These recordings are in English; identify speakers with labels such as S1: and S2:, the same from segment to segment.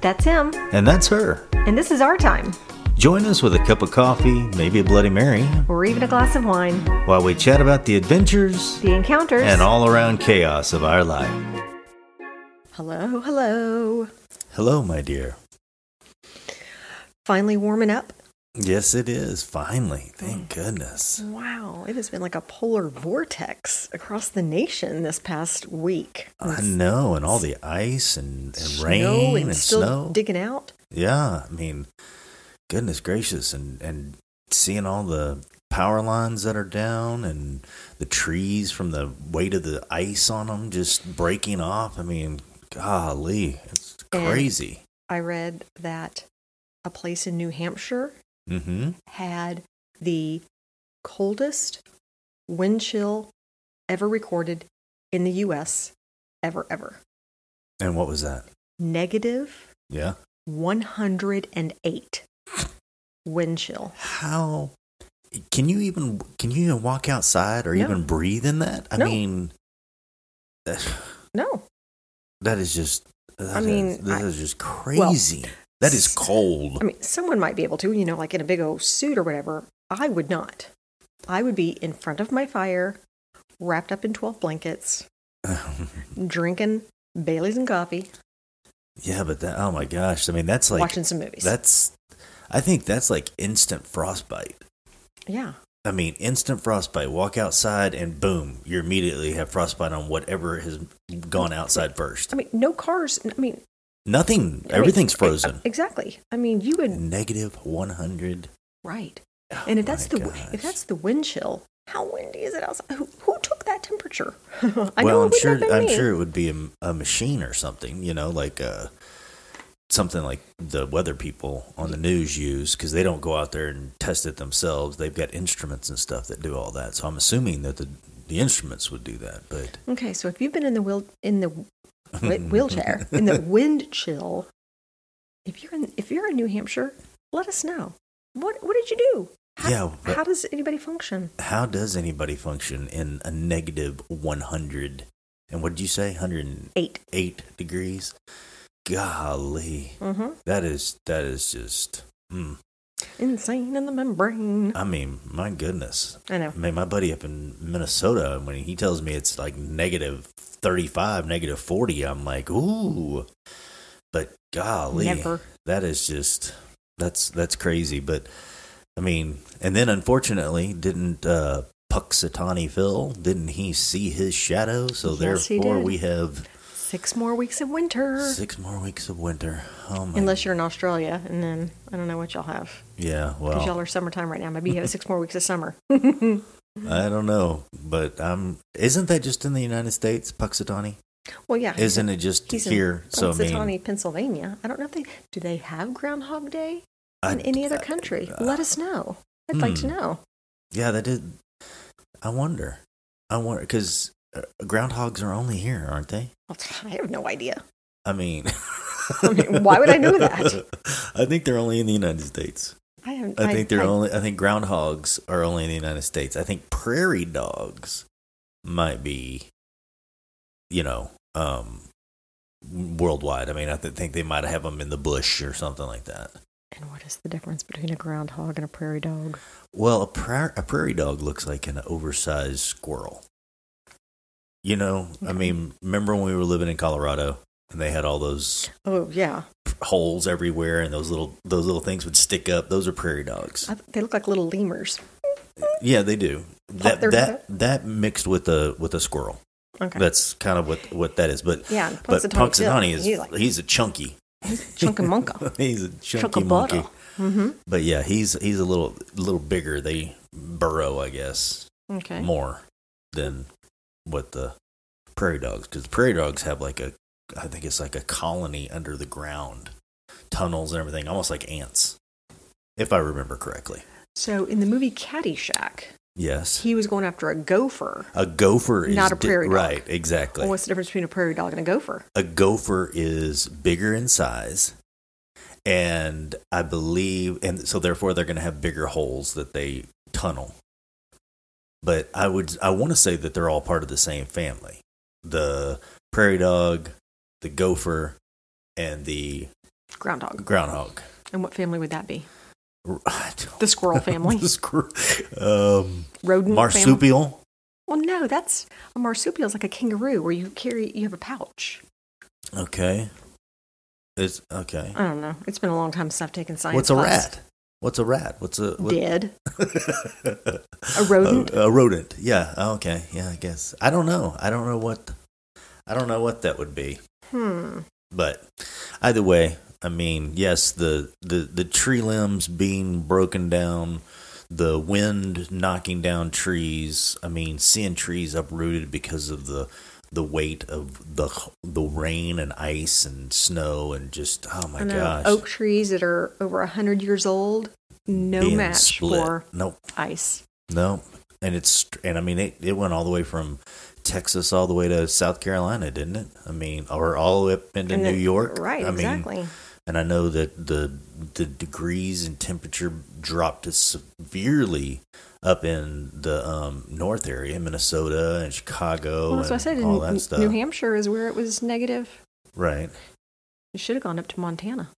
S1: That's him.
S2: And that's her.
S1: And this is our time,
S2: Join us with a cup of coffee, maybe a Bloody Mary,
S1: or even a glass of wine,
S2: while we chat about the adventures
S1: the encounters.
S2: and all around chaos of our life.
S1: Hello, hello.
S2: Hello, my dear.
S1: Finally warming up.
S2: Yes, it is. Finally. Thank goodness.
S1: Wow, it has been like a polar vortex across the nation this past week.
S2: I know. And all the ice and, and
S1: Snow
S2: rain and,
S1: still
S2: snow.
S1: digging out.
S2: yeah. I mean, goodness gracious. And, and seeing all the power lines that are down and the trees from the weight of the ice on them just breaking off. I mean, golly, it's
S1: And-
S2: crazy.
S1: I read that a place in New Hampshire
S2: Mm-hmm.
S1: had the coldest wind chill ever recorded in the US ever ever.
S2: And what was that?
S1: Negative
S2: Yeah.
S1: 108 wind chill.
S2: How can you even can you even walk outside or
S1: No.
S2: even breathe in that? I
S1: No.
S2: mean, that,
S1: No.
S2: that is just. that is-
S1: mean,
S2: that
S1: I-
S2: is just crazy. that is cold.
S1: I mean, someone might be able to, you know, like in a big old suit or whatever. I would not. I would be in front of my fire, wrapped up in 12 blankets, drinking Bailey's and coffee,
S2: yeah, but that. Oh my gosh! I mean, that's like
S1: watching some movies.
S2: that's. I think that's like instant frostbite.
S1: yeah.
S2: I mean, instant frostbite. Walk outside and boom, you immediately have frostbite on whatever has gone outside first.
S1: I mean, no cars. I mean,
S2: Nothing.
S1: I mean,
S2: Everything's
S1: I-
S2: frozen.
S1: Exactly. I mean, you would
S2: Negative one hundred
S1: Right. And if
S2: Oh
S1: that's
S2: my
S1: the if
S2: gosh.
S1: that's the wind chill, how windy is it outside? Who, who took that temperature? I it
S2: well, I'm
S1: would
S2: sure
S1: not have been
S2: I'm
S1: me.
S2: sure it would be a, a machine or something, you know, like uh, something like the weather people on the news use because they don't go out there and test it themselves. They've got instruments and stuff that do all that. So I'm assuming that the the instruments would do that. But
S1: Okay, so if you've been in the wheel in the wi- wheelchair in the wind chill, if you're in if you're in New Hampshire, let us know. What what did you do? How,
S2: Yeah, but-
S1: how does anybody function?
S2: how does anybody function in a negative 100 and what did you say 108
S1: Eight.
S2: degrees? Golly,
S1: Mm-hmm.
S2: that is that is just. Mm,
S1: Insane in the membrane.
S2: I mean, my goodness.
S1: I know.
S2: I mean, my buddy up in Minnesota, when he tells me it's like negative 35, negative 40, I'm like, ooh. But golly,
S1: Never.
S2: that is just, that's, that's crazy. But I mean, and then unfortunately, didn't, uh, Puxatani Phil, didn't he see his shadow? So
S1: Yes, he
S2: therefore,
S1: did.
S2: we have
S1: Six more weeks of winter.
S2: six more weeks of winter. Oh my,
S1: Unless you're in Australia, and then I don't know what y'all have.
S2: yeah,
S1: because
S2: well,
S1: y'all are summertime right now. Maybe you have six more weeks of summer.
S2: I don't know, but um, isn't that just in the United States, Puxatani?
S1: well, yeah, he's
S2: Isn't
S1: in-
S2: it just
S1: he's
S2: here?
S1: in
S2: So I mean,
S1: Punxsutawney, Pennsylvania. I don't know if they do they have Groundhog Day in
S2: I-
S1: any other
S2: I-
S1: country.
S2: uh,
S1: Let us know. I'd like to
S2: hmm.
S1: know.
S2: Yeah, that is. I wonder. I wonder because uh, groundhogs are only here, aren't they?
S1: Well, I have no idea.
S2: I mean,
S1: I mean, why would I know that?
S2: I think they're only in the United States.
S1: I have.
S2: I, think they're
S1: I-
S2: only. I think groundhogs are only in the United States. I think prairie dogs might be, you know, um, worldwide. I mean, I th- think they might have them in the bush or something like that.
S1: And what is the difference between a groundhog and a prairie dog?
S2: Well, a, pra- a prairie dog looks like an oversized squirrel. You know, I mean, remember when we were living in Colorado and they had all those
S1: Oh yeah,
S2: holes everywhere and those little those little things would stick up. Those are prairie dogs.
S1: I, they look like little lemurs.
S2: Yeah, they do. That
S1: their head
S2: that that mixed with a with a squirrel.
S1: Okay.
S2: That's kind of what what that is. But
S1: Yeah, and
S2: but
S1: Punxsutawney Phil,
S2: Punxsutawney is
S1: he's like-
S2: he's a chunky.
S1: Chunk of monka.
S2: he's a
S1: Chunk
S2: chunky
S1: of butter. Mm-hmm.
S2: monkey. But yeah, he's he's a little little bigger. They burrow, I guess.
S1: Okay.
S2: more than what the prairie dogs because prairie dogs have like a i think it's like a colony under the ground tunnels and everything almost like ants if i remember correctly
S1: So in the movie Caddyshack,
S2: yes
S1: he was going after a gopher.
S2: a gopher is
S1: Not a
S2: di-
S1: prairie dog.
S2: right exactly
S1: Well, what's the difference between a prairie dog and a gopher?
S2: a gopher is bigger in size and i believe and so therefore they're going to have bigger holes that they tunnel but i would i want to say that they're all part of the same family the prairie dog the gopher and the
S1: Groundhog.
S2: Groundhog.
S1: And what family would that be?
S2: I don't-
S1: The squirrel family?
S2: The squirrel- um,
S1: Rodent family?
S2: marsupial.
S1: Well, no, that's a marsupial is like a kangaroo where you carry, you have a pouch.
S2: Okay. It's okay.
S1: I don't know. It's been a long time since I've taken science.
S2: What's a
S1: class.
S2: rat? What's a rat? What's a what-
S1: Dead.
S2: a
S1: A rodent.
S2: A, rodent. Yeah. Oh, okay. Yeah. I guess. I don't know. I don't know what. I don't know what that would be.
S1: hmm.
S2: Oh But either way, I mean, yes, the, the, the tree limbs being broken down, the wind knocking down trees. I mean, seeing trees uprooted because of the the weight of the the rain and ice and snow and just oh my
S1: I know.
S2: gosh,
S1: Oak trees that are over a hundred years old. No
S2: being
S1: match for
S2: Nope,
S1: ice.
S2: nope. And it's and I mean it, it went all the way from Texas all the way to South Carolina, didn't it? I mean, or all the way up into
S1: And
S2: New
S1: it-
S2: York.
S1: Right.
S2: I mean,
S1: exactly.
S2: and I know that the the degrees and temperature dropped severely up in the um, north area, Minnesota and
S1: well,
S2: Chicago, oh, and
S1: that's what I said.
S2: all
S1: in
S2: that
S1: N-
S2: stuff.
S1: New Hampshire is where it was negative.
S2: right,
S1: It should have gone up to Montana.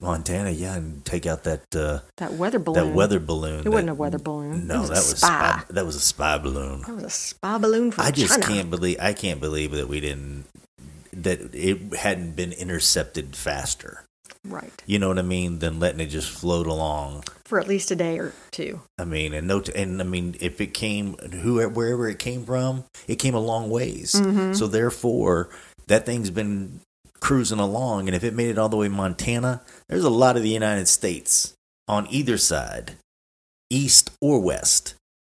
S2: Montana, yeah, and take out that uh,
S1: That weather balloon.
S2: that weather balloon.
S1: It
S2: that-
S1: wasn't a weather balloon.
S2: No,
S1: It was a
S2: that was
S1: spy.
S2: spy, that was a spy balloon.
S1: That was a spy balloon from
S2: I just
S1: China.
S2: can't believe I can't believe that we didn't that it hadn't been intercepted faster.
S1: Right.
S2: You know what I mean? Than letting it just float along.
S1: For at least a day or two.
S2: I mean, and no, t- and I mean, if it came whoever wherever it came from, it came a long ways. So therefore, that thing's been cruising along, and if it made it all the way to Montana, there's a lot of the United States on either side, east or west,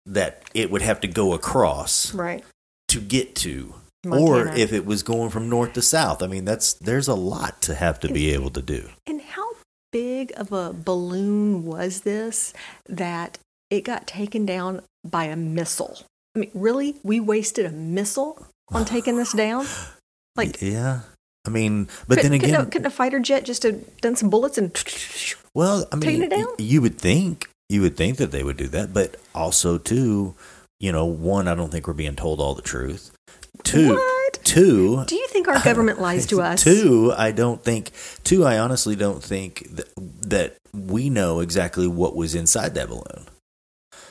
S2: that it would have to go across
S1: Right.
S2: to get to. Or
S1: Montana.
S2: if it was going from north to south, I mean, that's there's a lot to have to be able to do.
S1: And how big of a balloon was this that it got taken down by a missile? I mean, really? We wasted a missile on taking this down? Like,
S2: yeah, I mean, but
S1: couldn't-
S2: then
S1: couldn't
S2: again,
S1: a, couldn't a fighter jet just have done some bullets and
S2: Well, I mean,
S1: Taking it
S2: y-
S1: down?
S2: you would think you would think that they would do that, but also too, you know, one, I don't think we're being told all the truth. Two,
S1: what?
S2: two,
S1: Do you think our government lies to us?
S2: Two, I don't think. Two, I honestly don't think that, that we know exactly what was inside that balloon.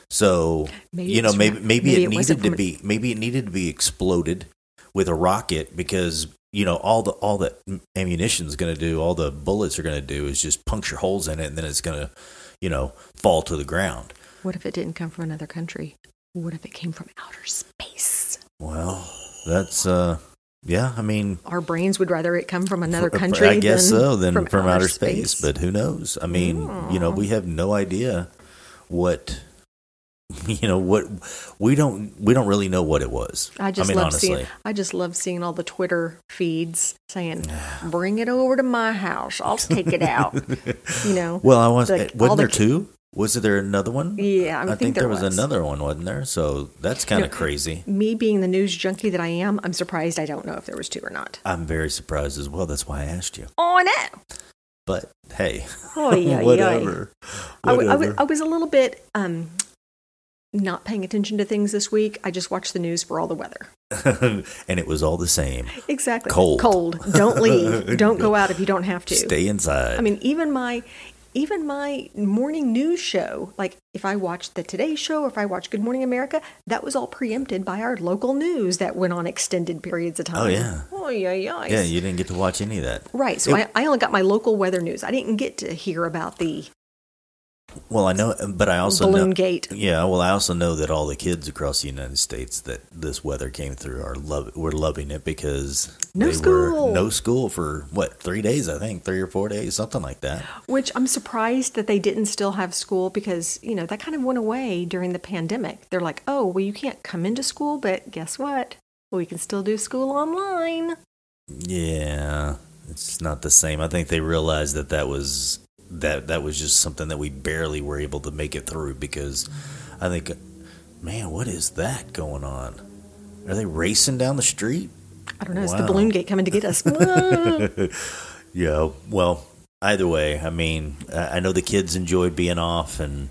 S2: So
S1: Maybe
S2: you know,
S1: it's
S2: maybe
S1: right.
S2: maybe,
S1: Maybe
S2: it
S1: it
S2: needed
S1: wasn't
S2: to
S1: from a-
S2: be maybe it needed to be exploded with a rocket because you know all the all that ammunition is going to do, all the bullets are going to do is just puncture holes in it, and then it's going to you know fall to the ground.
S1: What if it didn't come from another country? What if it came from outer space?
S2: Well, that's uh, yeah. I mean,
S1: Our brains would rather it come from another
S2: for- for-
S1: country.
S2: I guess
S1: than
S2: so. Than from, outer space. but who knows? I mean, you know,
S1: Mm.
S2: we have no idea what you know what we don't we don't really know what it was.
S1: I just
S2: mean,
S1: love
S2: honestly.
S1: seeing. I just love seeing all the Twitter feeds saying, "Bring it over to my house. I'll take it out." you know.
S2: Well, I was.
S1: The- all
S2: wasn't
S1: the
S2: there
S1: ki-
S2: two? Was there another one?
S1: Yeah, I,
S2: I,
S1: would
S2: think, there was, another one, wasn't there? So that's kind of
S1: No.
S2: crazy.
S1: Me being the news junkie that I am, I'm surprised I don't know if there was two or not.
S2: I'm very surprised as well. That's why I asked you.
S1: Oh, I know.
S2: But hey,
S1: Oh, yeah,
S2: whatever.
S1: I, w- I, w-
S2: Whatever.
S1: I was a little bit um, not paying attention to things this week. I just watched the news for all the weather.
S2: and it was all the same.
S1: Exactly.
S2: Cold.
S1: Cold. Don't leave. don't go out if you don't have to.
S2: Stay inside.
S1: I mean, even my even my morning news show, like if I watched the Today Show or if I watched Good Morning America, that was all preempted by our local news that went on extended periods of time.
S2: Oh, yeah.
S1: Oh yeah, yeah.
S2: yeah, you didn't get to watch any of that.
S1: Right. So
S2: It-
S1: I, I only got my local weather news. I didn't get to hear about the
S2: Well, I know, but I also
S1: balloon
S2: know.
S1: gate.
S2: Yeah, well, I also know that all the kids across the United States that this weather came through are love were loving it because
S1: No
S2: they were
S1: school.
S2: no school for what three days, I think, three or four days, something like that.
S1: Which I'm surprised that they didn't still have school because, you know, that kind of went away during the pandemic. They're like, oh, well, you can't come into school, but guess what? We can still do school online.
S2: Yeah, it's not the same. I think they realized that that was that that was just something that we barely were able to make it through because I think, man, what is that going on? Are they racing down the street?
S1: I don't know. It's the
S2: Wow.
S1: Uh. balloon gate coming to get us. Whoa.
S2: yeah, well, either way, I mean, I I know the kids enjoyed being off, and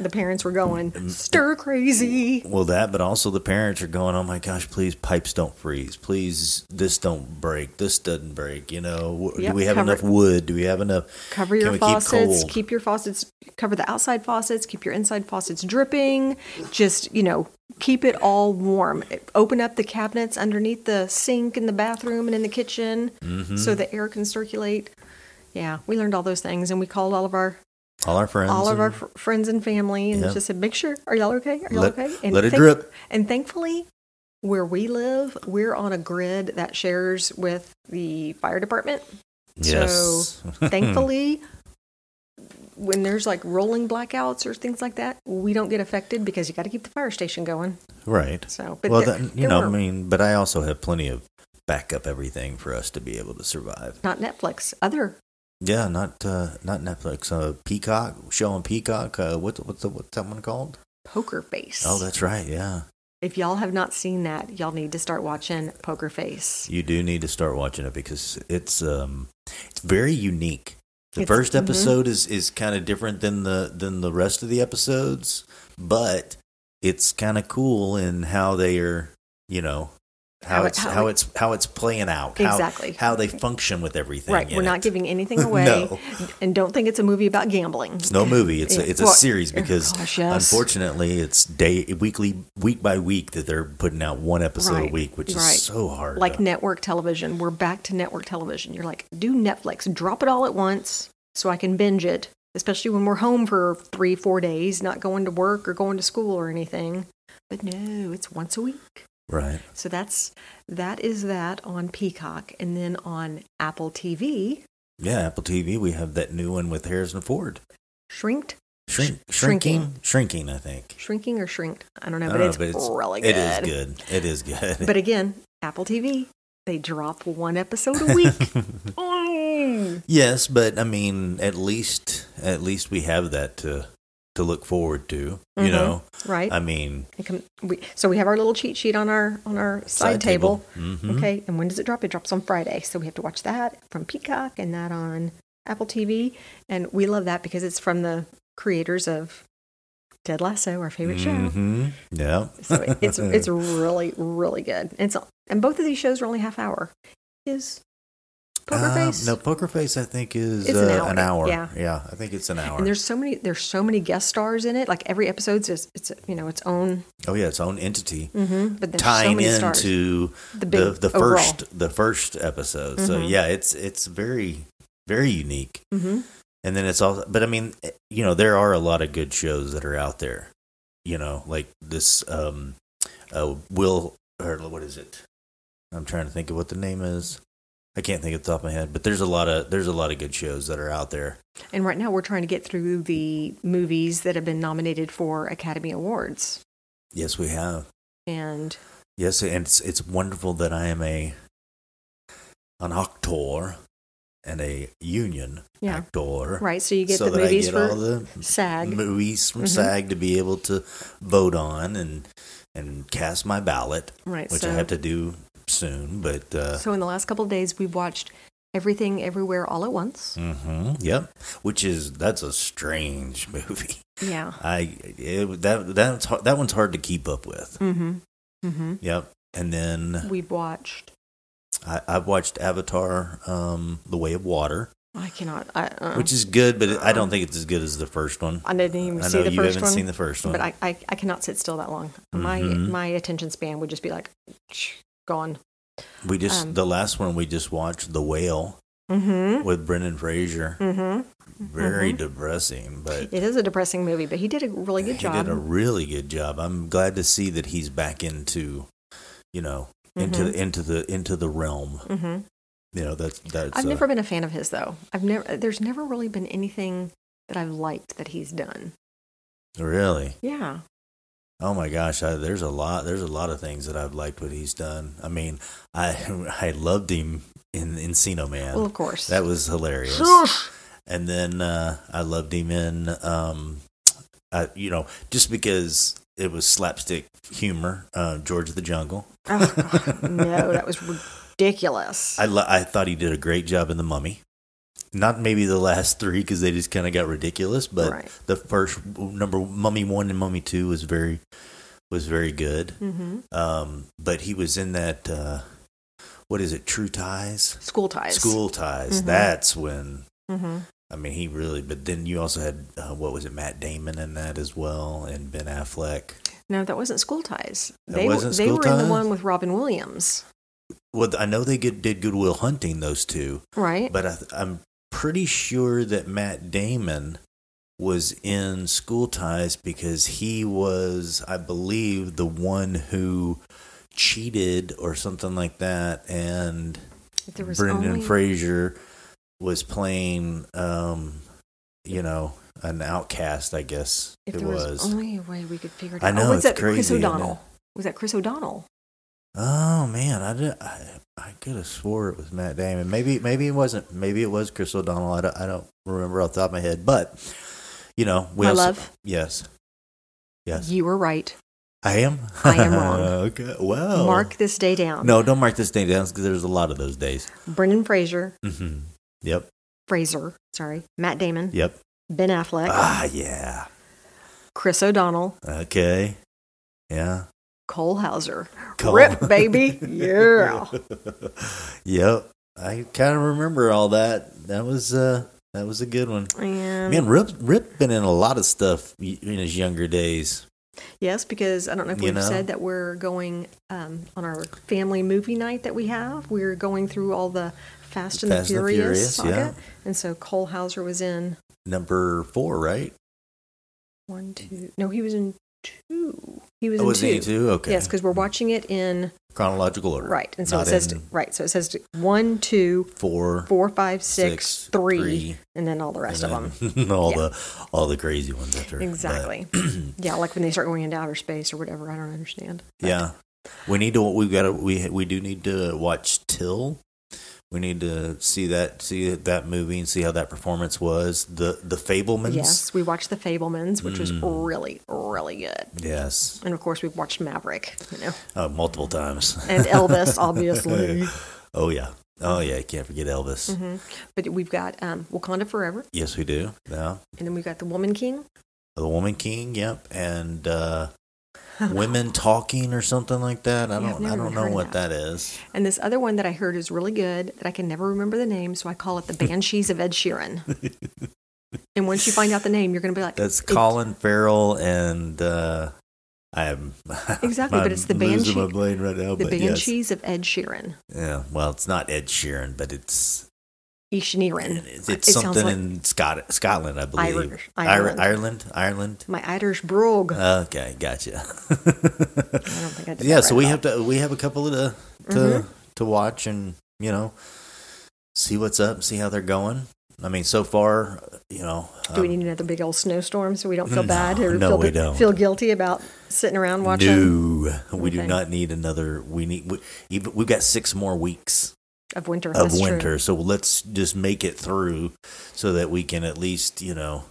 S1: The parents were going stir crazy.
S2: well, that, but also the parents are going, oh my gosh, please, pipes don't freeze. Please, this don't break. This doesn't break. You know, W-
S1: Yep,
S2: do we have
S1: cover-
S2: enough wood? Do we have enough?
S1: Cover
S2: Can
S1: your
S2: we keep
S1: faucets,
S2: cold?
S1: keep your faucets, cover the outside faucets, keep your inside faucets dripping. Just, you know, keep it all warm. Open up the cabinets underneath the sink in the bathroom and in the kitchen
S2: Mm-hmm.
S1: so the air can circulate. Yeah, we learned all those things and we called all of our
S2: All our friends.
S1: all of our
S2: and-
S1: fr- friends and family and
S2: Yeah.
S1: just said, make sure, are y'all okay? Are y'all
S2: Let-
S1: okay?
S2: let it drip.
S1: And thankfully, where we live, we're on a grid that shares with the fire department.
S2: yes.
S1: Thankfully, when there's like rolling blackouts or things like that, we don't get affected because you got to keep the fire station going.
S2: right.
S1: So, but
S2: well,
S1: there-
S2: then, you
S1: there
S2: know,
S1: were-
S2: I mean, but I also have plenty of backup everything for us to be able to survive.
S1: not Netflix, other
S2: Yeah, not uh, not Netflix. Uh, Peacock show on Peacock. Uh, what's what's the, what's that one called?
S1: Poker Face.
S2: Oh, that's right. Yeah,
S1: if y'all have not seen that, y'all need to start watching Poker Face.
S2: you do need to start watching it because it's um it's very unique. The
S1: It's-
S2: first
S1: mhm.
S2: episode is is kind of different than the than the rest of the episodes, but it's kind of cool in how they are. You know how,
S1: How it-
S2: it's
S1: how
S2: how,
S1: it-
S2: it's how it's playing out.
S1: Exactly.
S2: How, how they function with everything.
S1: Right,
S2: in
S1: we're not
S2: it.
S1: giving anything away,
S2: No.
S1: and don't think it's a movie about gambling.
S2: It's no movie. It's a, it's a
S1: Well,
S2: series
S1: oh
S2: because
S1: gosh, yes.
S2: unfortunately it's day weekly week by week that they're putting out one episode
S1: Right,
S2: a week, which
S1: right.
S2: is so hard.
S1: like
S2: to-
S1: network television. We're back to network television. You're like, do Netflix, drop it all at once so I can binge it, especially when we're home for three, four days, not going to work or going to school or anything. But no, it's once a week.
S2: right.
S1: So that's that is that on Peacock and then on Apple TV,
S2: Yeah, Apple TV. We have that new one with Harrison Ford.
S1: Shrinked,
S2: Shrink,
S1: Sh- shrinking.
S2: shrinking, shrinking. I think.
S1: Shrinking or Shrinked. I don't know,
S2: I
S1: but,
S2: don't know,
S1: it's, really
S2: It is good. It is good.
S1: But again, Apple TV, they drop one episode a week. Mm.
S2: yes, but I mean, at least at least we have that to to look forward to. You
S1: Mhm.
S2: know,
S1: Right.
S2: I mean,
S1: It come- we- so we have our little cheat sheet on our on our side, table. Mm-hmm.
S2: Mhm.
S1: Okay, and when does it drop? It drops on Friday, so we have to watch that from Peacock and that on Apple TV, and we love that because it's from the creators of Dead Lasso, our favorite show.
S2: Mhm. Yeah.
S1: So it- it's it's really really good. And it's and both of these shows are only half hour. Is Poker
S2: Uh,
S1: Face?
S2: No, poker face. I think is
S1: It's
S2: uh,
S1: an
S2: an,
S1: hour.
S2: hour.
S1: Yeah.
S2: I think it's an hour.
S1: And there's so many there's so many guest stars in it. Like every episode's just it's you know its own.
S2: oh yeah, its own entity
S1: mhm, but there's so
S2: tying
S1: many stars.
S2: into
S1: the
S2: the
S1: big
S2: the
S1: overall.
S2: first the first episode. So
S1: Mhm.
S2: yeah, it's it's very very unique.
S1: Mhm.
S2: And then it's also, but I mean, eh, you know, there are a lot of good shows that are out there. You know, like this um, uh, Will or what is it? I'm trying to think of what the name is. I can't think of the top of my head, but there's a lot of there's a lot of good shows that are out there.
S1: And right now, we're trying to get through the movies that have been nominated for Academy Awards.
S2: Yes, we have.
S1: And
S2: Yes, and it's it's wonderful that I am a an actor and a union
S1: Yeah.
S2: actor.
S1: right, so you get
S2: so
S1: the
S2: that
S1: movies
S2: I get
S1: for
S2: all the
S1: SAG.
S2: movies from
S1: Mhm.
S2: SAG to be able to vote on and and cast my ballot,
S1: right,
S2: which
S1: so
S2: I have to do soon. But uh,
S1: uh, so in the last couple of days, we've watched Everything, Everywhere, All at Once.
S2: mhm, yep, which is that's a strange movie.
S1: Yeah.
S2: I it, that that's hard, that one's hard to keep up with.
S1: Mm-hmm. Mm-hmm.
S2: Yep, and then
S1: We've watched.
S2: I, I've watched Avatar: um, The Way of Water.
S1: I cannot. I, uh,
S2: which is good, but I don't think it's as good as the first one.
S1: I didn't even
S2: I
S1: see
S2: know
S1: the
S2: you
S1: first
S2: haven't
S1: one,
S2: seen the first one,
S1: but I, I, I cannot sit still that long. My
S2: Mhm.
S1: my attention span would just be like gone.
S2: we just
S1: um,
S2: the last one we just watched, The Whale,
S1: Mm-hmm.
S2: with Brendan Fraser.
S1: Mm-hmm.
S2: Very depressing, but
S1: It is a depressing movie, but he did a really good
S2: he
S1: job.
S2: did a really good job. I'm glad to see that he's back into, you know, into the into the into the realm.
S1: mm-hmm.
S2: You know, that's that's.
S1: I've
S2: uh,
S1: never been a fan of his though. I've never there's never really been anything that I've liked that he's done.
S2: really.
S1: Yeah.
S2: Oh my gosh, I, there's a lot. There's a lot of things that I've liked what he's done. I mean, I I loved him in Encino Man.
S1: Well, of course.
S2: that was hilarious. and then uh, I loved him in, um, I, you know, just because it was slapstick humor, uh, George of the Jungle.
S1: Oh, no, that was ridiculous.
S2: I lo- I thought he did a great job in The Mummy. Not maybe the last three because they just kind of got ridiculous, but
S1: Right.
S2: the first number Mummy One and Mummy Two was very was very good.
S1: Mm-hmm.
S2: Um, but he was in that uh, what is it? True Ties,
S1: School ties.
S2: School Ties.
S1: Mhm.
S2: That's when
S1: Mm-hmm.
S2: I mean he really. But then you also had uh, what was it? Matt Damon in that as well, and Ben Affleck.
S1: No, that wasn't school ties.
S2: That
S1: they were-
S2: wasn't
S1: they
S2: School
S1: were in
S2: Ties?
S1: the one with Robin Williams,
S2: Well, I know they get, did Goodwill Hunting those two,
S1: right?
S2: but I, I'm pretty sure that Matt Damon was in School Ties because he was, I believe, the one who cheated or something like that, and
S1: If there was
S2: Brendan
S1: only-
S2: Fraser was playing, um, you know, an outcast. I guess
S1: If
S2: it
S1: there was,
S2: was.
S1: only a way we could figure it
S2: I
S1: out.
S2: know,
S1: oh, was
S2: it's
S1: that Chris
S2: crazy, isn't it?
S1: O'Donnell? Was that Chris O'Donnell?
S2: Oh man, I did. I, I could have swore it was Matt Damon. Maybe maybe it wasn't. Maybe it was Chris O'Donnell. I don't, I don't remember off the top of my head. But you know, we
S1: My
S2: also-
S1: love.
S2: Yes, yes,
S1: You were right.
S2: I am.
S1: I am wrong.
S2: okay. Well,
S1: Mark this day down.
S2: Oh. No, don't mark this day down because there's a lot of those days.
S1: Brendan Fraser,
S2: hmm Yep.
S1: Fraser, sorry, Matt Damon,
S2: Yep.
S1: Ben Affleck,
S2: Ah, yeah.
S1: Chris O'Donnell,
S2: Okay. Yeah.
S1: Cole Hauser.
S2: Cole.
S1: Rip, baby. Yeah.
S2: yep. I kind of remember all that. That was uh that was a good one.
S1: And
S2: Man, Rip Rip been in a lot of stuff y- in his younger days.
S1: yes, because I don't know if
S2: You
S1: we've
S2: know?
S1: said that we're going um, on our family movie night that we have. We're going through all the Fast and
S2: Fast
S1: the
S2: and the
S1: Furious,
S2: Furious,
S1: saga.
S2: yeah.
S1: And so Cole Hauser was in
S2: Number four, right?
S1: one, two. No, he was in two. He was
S2: Oh,
S1: in
S2: was
S1: two.
S2: he too? Okay.
S1: Yes, because we're watching it in
S2: chronological order,
S1: right, and so
S2: Not
S1: it says
S2: in
S1: right. So it says to- one, two,
S2: four,
S1: four, five, six,
S2: Six,
S1: three,
S2: three,
S1: and then all the rest of them.
S2: and then all
S1: Yeah.
S2: the all the crazy ones after that.
S1: Exactly. yeah, like when they start going into outer space or whatever. I don't understand. But
S2: yeah, we need to. We've got to. We we do need to watch Till. We need to see that see that movie and see how that performance was. The the Fablemans.
S1: Yes, we watched The Fablemans, which was
S2: Mm.
S1: really, really good.
S2: Yes.
S1: And of course, we've watched Maverick, you know,
S2: Uh, multiple times.
S1: and Elvis, obviously.
S2: oh yeah. Oh yeah. Can't forget Elvis.
S1: hmm But we've got um, Wakanda Forever,
S2: Yes, we do. Yeah.
S1: and then we've got The Woman King.
S2: The Woman King, yep, and uh, Women Talking or something like that. I
S1: Yeah, I've
S2: don't, I
S1: never
S2: don't
S1: even
S2: know
S1: heard of
S2: what
S1: that.
S2: that is.
S1: And this other one that I heard is really good that I can never remember the name, so I call it The Banshees of Ed Sheeran. and once you find out the name, you're going to be like,
S2: That's
S1: "It-
S2: Colin Farrell and uh, I'm
S1: Exactly, but it's the
S2: I'm losing
S1: Banshee-
S2: my brain right now,
S1: The
S2: but yes.
S1: Banshees of Ed Sheeran.
S2: Yeah, well, it's not Ed Sheeran, but it's
S1: Ishniran.
S2: it's, it's something in Scot- Scotland, I believe.
S1: Irish-
S2: Ir-
S1: Ireland.
S2: Ireland, Ireland.
S1: my Irish brogue.
S2: Okay, gotcha.
S1: I don't think I did
S2: Uh, yeah,
S1: that
S2: so
S1: right
S2: we
S1: at
S2: have to we have a couple of to to,
S1: Mhm.
S2: to watch and you know see what's up, see how they're going. I mean, so far, you know,
S1: all. Do we
S2: um,
S1: need another big old snowstorm so we don't feel
S2: No,
S1: bad or
S2: no,
S1: feel,
S2: we don't.
S1: feel guilty about sitting around watching
S2: no, we do
S1: Okay.
S2: not need another. We need we, even, we've got six more weeks
S1: of winter?
S2: of
S1: That's true.
S2: winter, so let's just make it through so that we can at least you know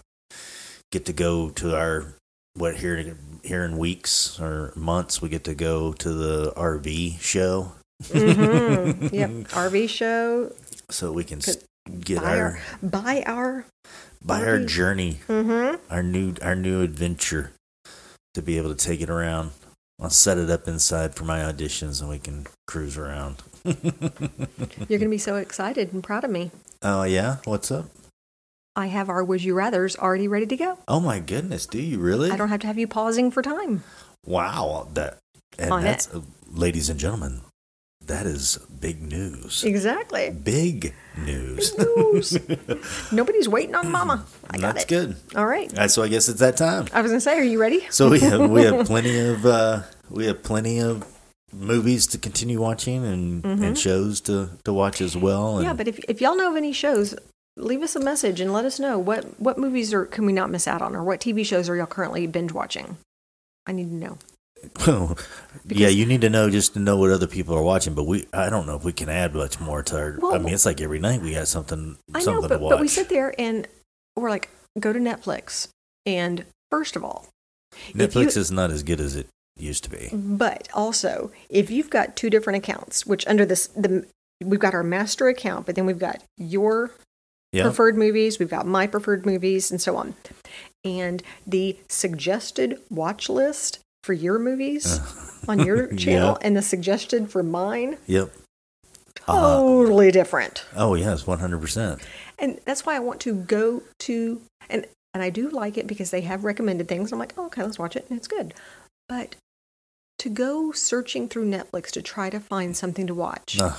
S2: get to go to our what here here in weeks or months we get to go to the RV show
S1: Mhm. Yep. RV show.
S2: so we can s- get
S1: Buy
S2: our
S1: our, buy our.
S2: by our
S1: RV.
S2: journey,
S1: Mm-hmm.
S2: our new our new adventure, to be able to take it around. I'll set it up inside for my auditions, and we can cruise around.
S1: You're going to be so excited and proud of me.
S2: Oh yeah, what's up?
S1: I have our Would You Rather's already ready to go.
S2: Oh my goodness, do you really?
S1: I don't have to have you pausing for time.
S2: Wow, that and
S1: On it.
S2: that's, uh, ladies and gentlemen, that is big news.
S1: Exactly.
S2: Big news.
S1: News. Nobody's waiting on Mama. I got
S2: that's
S1: it.
S2: good.
S1: All right.
S2: Uh, So I guess it's that time.
S1: I was going to say, are you ready?
S2: So we have we have plenty of uh, we have plenty of movies to continue watching and, and shows to, to watch as well.
S1: Mm-hmm.
S2: And
S1: Yeah, but if, if y'all know of any shows, leave us a message and let us know what, what movies are can we not miss out on or what TV shows are y'all currently binge watching. I need to know.
S2: yeah, you need to know just to know what other people are watching. But we I don't know if we can add much more to our. I
S1: Well-
S2: mean, it's like every night we got something
S1: I know,
S2: something
S1: but,
S2: to watch.
S1: but we sit there and we're like, go to Netflix. And first of all, if you-
S2: Netflix is not as good as it used to be.
S1: but also if you've got two different accounts, which under this the we've got our master account, but then we've got your
S2: Yeah.
S1: preferred movies, we've got my preferred movies, and so on. And the suggested watch list for your movies on your
S2: Uh. Yeah.
S1: channel and the suggested for mine
S2: Yep. Uh-huh.
S1: totally different.
S2: Oh yes, one hundred percent.
S1: And that's why I want to go to and and I do like it because they have recommended things. I'm like, oh, okay, let's watch it, and it's good. But to go searching through Netflix to try to find something to watch, I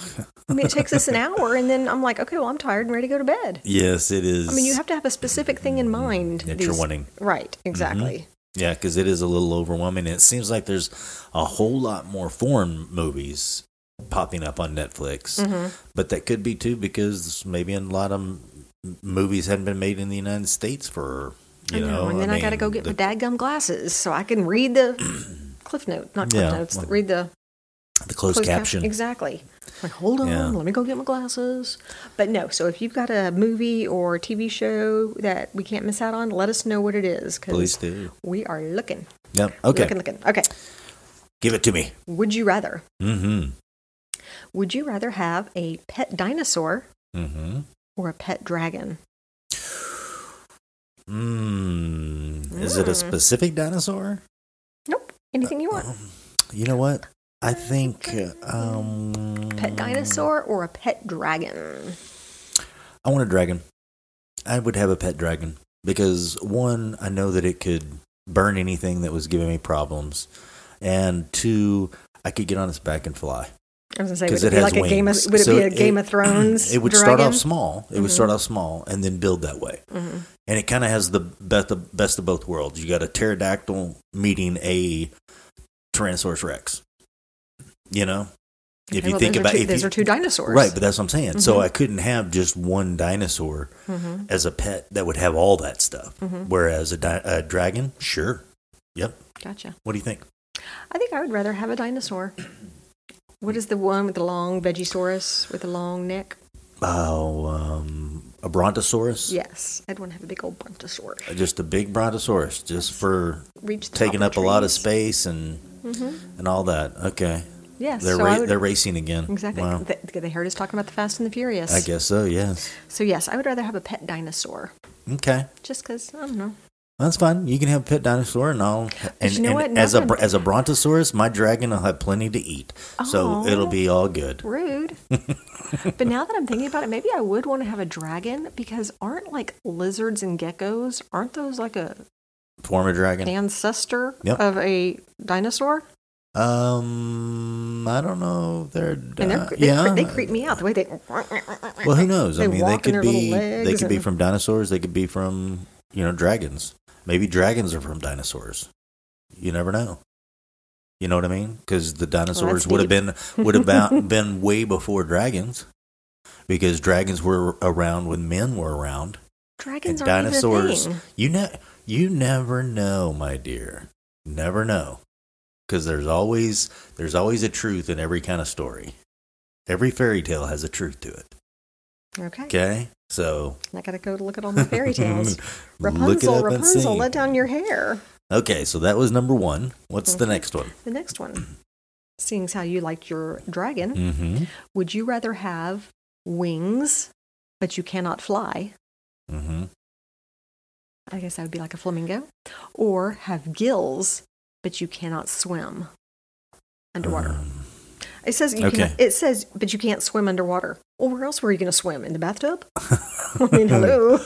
S1: mean, it takes us an hour, and then I'm like, okay, well, I'm tired and ready to go to bed.
S2: Yes, it is.
S1: I mean, you have to have a specific thing in mind
S2: that you're
S1: these-
S2: wanting. Mm-hmm.
S1: Right, exactly.
S2: Yeah, because it is a little overwhelming. It seems like there's a whole lot more foreign movies popping up on Netflix,
S1: Mm-hmm.
S2: but that could be too because maybe a lot of m- movies hadn't been made in the United States for you
S1: I know,
S2: know.
S1: and then I, got to
S2: mean,
S1: go get
S2: the-
S1: my dadgum glasses so I can read the cliff note, not cliff
S2: Yeah,
S1: notes,
S2: well,
S1: read the
S2: the closed
S1: closed cap-
S2: caption.
S1: Exactly. Like, hold on,
S2: Yeah.
S1: let me go get my glasses. But no, so if you've got a movie or TV show that we can't miss out on, let us know what it is because
S2: Please do.
S1: we are looking.
S2: Yep. Okay.
S1: Looking, looking. Okay.
S2: Give it to me.
S1: Would you rather?
S2: Mm-hmm.
S1: Would you rather have a pet dinosaur
S2: Mm-hmm.
S1: or a pet dragon?
S2: Mm. Is it a
S1: Mm.
S2: specific dinosaur?
S1: Nope. Anything you want.
S2: Um, you know what? I think um,
S1: Pet dinosaur or a pet dragon?
S2: I want a dragon. I would have a pet dragon because one, I know that it could burn anything that was giving me problems, and two, I could get on its back and fly
S1: I was gonna say, would
S2: because
S1: it,
S2: it
S1: be
S2: has
S1: like
S2: wings.
S1: a game of would it
S2: So
S1: be a Game of Thrones?
S2: It would
S1: dragon?
S2: start off small. It would
S1: Mm-hmm.
S2: start off small and then build that way. And it kind of has the best of, best of both worlds. You got a pterodactyl meeting a Tyrannosaurus Rex. You know, if
S1: Okay,
S2: you
S1: well,
S2: think
S1: those are
S2: about
S1: two,
S2: if
S1: those
S2: you,
S1: are two dinosaurs,
S2: Right, but that's what I'm saying.
S1: Mm-hmm.
S2: So I couldn't have just one dinosaur as a pet that would have all that stuff.
S1: Mm-hmm.
S2: Whereas a, di- a dragon, sure. Yep.
S1: Gotcha.
S2: What do you think?
S1: I think I would rather have a dinosaur. What is the one with the long Vegisaurus with the long neck?
S2: Oh, um, a brontosaurus?
S1: Yes, I'd want to have a big old brontosaurus.
S2: Just a big brontosaurus, just for
S1: Reach the
S2: taking
S1: top
S2: up a lot of
S1: trees.
S2: space and and all that. Okay.
S1: Yes,
S2: They're,
S1: so I
S2: ra-
S1: would-
S2: they're racing again.
S1: exactly.
S2: Wow.
S1: They, they heard us talking about the Fast and the Furious.
S2: I guess so, yes.
S1: So yes, I would rather have a pet dinosaur,
S2: Okay.
S1: just because I don't know.
S2: That's fine. You can have a pet dinosaur and I'll and,
S1: you know
S2: and
S1: what? Not
S2: as a
S1: gonna-
S2: br- as a brontosaurus, my dragon will have plenty to eat. So
S1: Aw.
S2: it'll be all good.
S1: Rude. but now that I'm thinking about it, maybe I would want to have a dragon because aren't like lizards and geckos? Aren't those like a
S2: Former dragon.
S1: ancestor
S2: Yep.
S1: of a dinosaur?
S2: Um, I don't know. if They're,
S1: And they're,
S2: uh,
S1: they,
S2: yeah.
S1: cre- they creep me out the way they.
S2: well, who knows?
S1: They
S2: I mean, they
S1: walk in
S2: could
S1: their little
S2: be they
S1: legs
S2: could be
S1: and-
S2: from dinosaurs. They could be from you know dragons. Maybe dragons are from dinosaurs. You never know. You know what I mean? Because the dinosaurs would have been would have been, been way before dragons, because dragons were around when men were around.
S1: Dragons
S2: and
S1: aren't
S2: dinosaurs.
S1: even a thing.
S2: You ne- you never know, my dear. Never know. Cuz there's always there's always a truth in every kind of story. Every fairy tale has a truth to it.
S1: Okay.
S2: Okay? So
S1: I gotta go look at all my fairy tales. Rapunzel,
S2: Look it up and
S1: Rapunzel,
S2: see.
S1: let down your hair.
S2: Okay, so that was number 1. What's the next one?
S1: The next one. Seeing as how you liked your dragon,
S2: Mhm.
S1: would you rather have wings, but you cannot fly?
S2: Mhm.
S1: I guess that would be like a flamingo, or have gills, but you cannot swim underwater.
S2: Um,
S1: It says you
S2: Okay.
S1: can, it says, but you can't swim underwater. Well, where else were you going to swim? In the bathtub? I mean, hello.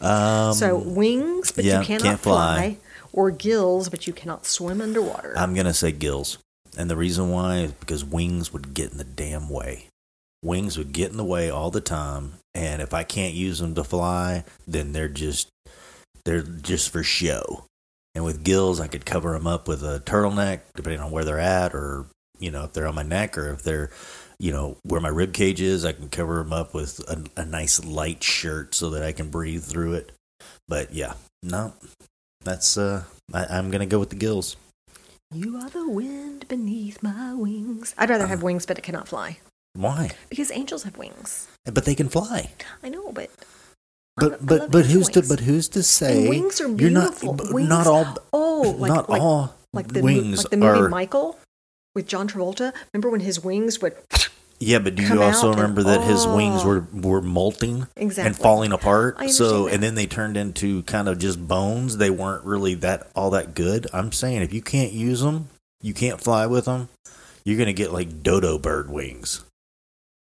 S2: um,
S1: so wings, but
S2: yeah,
S1: you cannot
S2: can't fly.
S1: fly. or gills, but you cannot swim underwater.
S2: I'm going to say gills. And the reason why is because wings would get in the damn way. Wings would get in the way all the time, and if I can't use them to fly, then they're just they're just for show. And with gills, I could cover them up with a turtleneck, depending on where they're at, or you know if they're on my neck, or if they're you know where my rib cage is, I can cover them up with a, a nice light shirt so that I can breathe through it. But yeah, no, that's uh, I, I'm gonna go with the gills.
S1: you are the wind beneath my wings. I'd rather
S2: Uh.
S1: have wings, but it cannot fly
S2: Why?
S1: because angels have wings.
S2: But they can fly.
S1: I know, but
S2: But
S1: I
S2: but
S1: love
S2: but
S1: these
S2: who's to
S1: wings.
S2: but who's to say
S1: and wings are
S2: you're not
S1: beautiful.
S2: but
S1: wings,
S2: not all
S1: Oh, like,
S2: not
S1: like,
S2: all
S1: like the mo-
S2: wings
S1: like the movie
S2: are
S1: Michael with John Travolta. Remember when his wings would
S2: Yeah, but do
S1: come
S2: you also
S1: out and-
S2: remember that his wings
S1: Oh.
S2: were were molting
S1: Exactly.
S2: and falling apart?
S1: I
S2: so
S1: understand that.
S2: and then they turned into kind of just bones. They weren't really that all that good. I'm saying if you can't use them, you can't fly with them, you're going to get like dodo bird wings.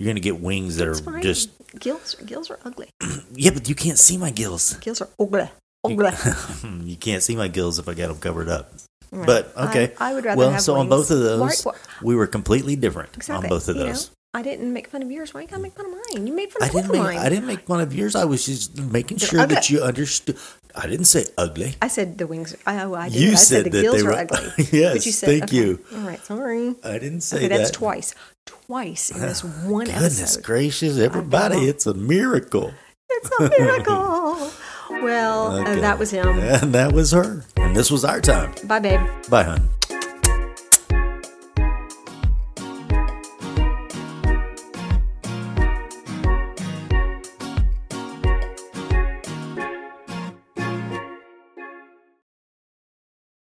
S2: You're going to get wings that
S1: It's
S2: are
S1: fine.
S2: just
S1: gills. Gills are ugly.
S2: Yeah, but you can't see my gills.
S1: Gills are ugly.
S2: You-
S1: Ugly.
S2: you can't see my gills if I got them covered up.
S1: Right.
S2: But okay.
S1: I, I would rather
S2: well,
S1: have
S2: so on
S1: wings.
S2: both of those,
S1: Why- why-
S2: we were completely different
S1: exactly.
S2: on both of
S1: You know,
S2: those.
S1: I didn't make fun of yours. Why you gotta make fun of mine? You made fun
S2: I
S1: of both
S2: didn't
S1: of
S2: make
S1: mine.
S2: I didn't make fun of yours. I was just making
S1: They're
S2: sure that
S1: ugly.
S2: you understood. I didn't say ugly.
S1: I said the wings. I, oh, I did.
S2: You
S1: I said,
S2: said
S1: the
S2: that
S1: gills
S2: they
S1: are
S2: were-
S1: ugly.
S2: Yes,
S1: But you said,
S2: thank
S1: okay,
S2: you.
S1: All right, sorry.
S2: I didn't say
S1: Okay,
S2: that.
S1: that's twice. Twice in this one
S2: Goodness
S1: episode.
S2: gracious, everybody!
S1: wrong.
S2: It's a miracle.
S1: It's a miracle. Well, uh,
S2: Okay.
S1: that was him.
S2: And that was her. And this was our time.
S1: Bye, babe.
S2: Bye, hun.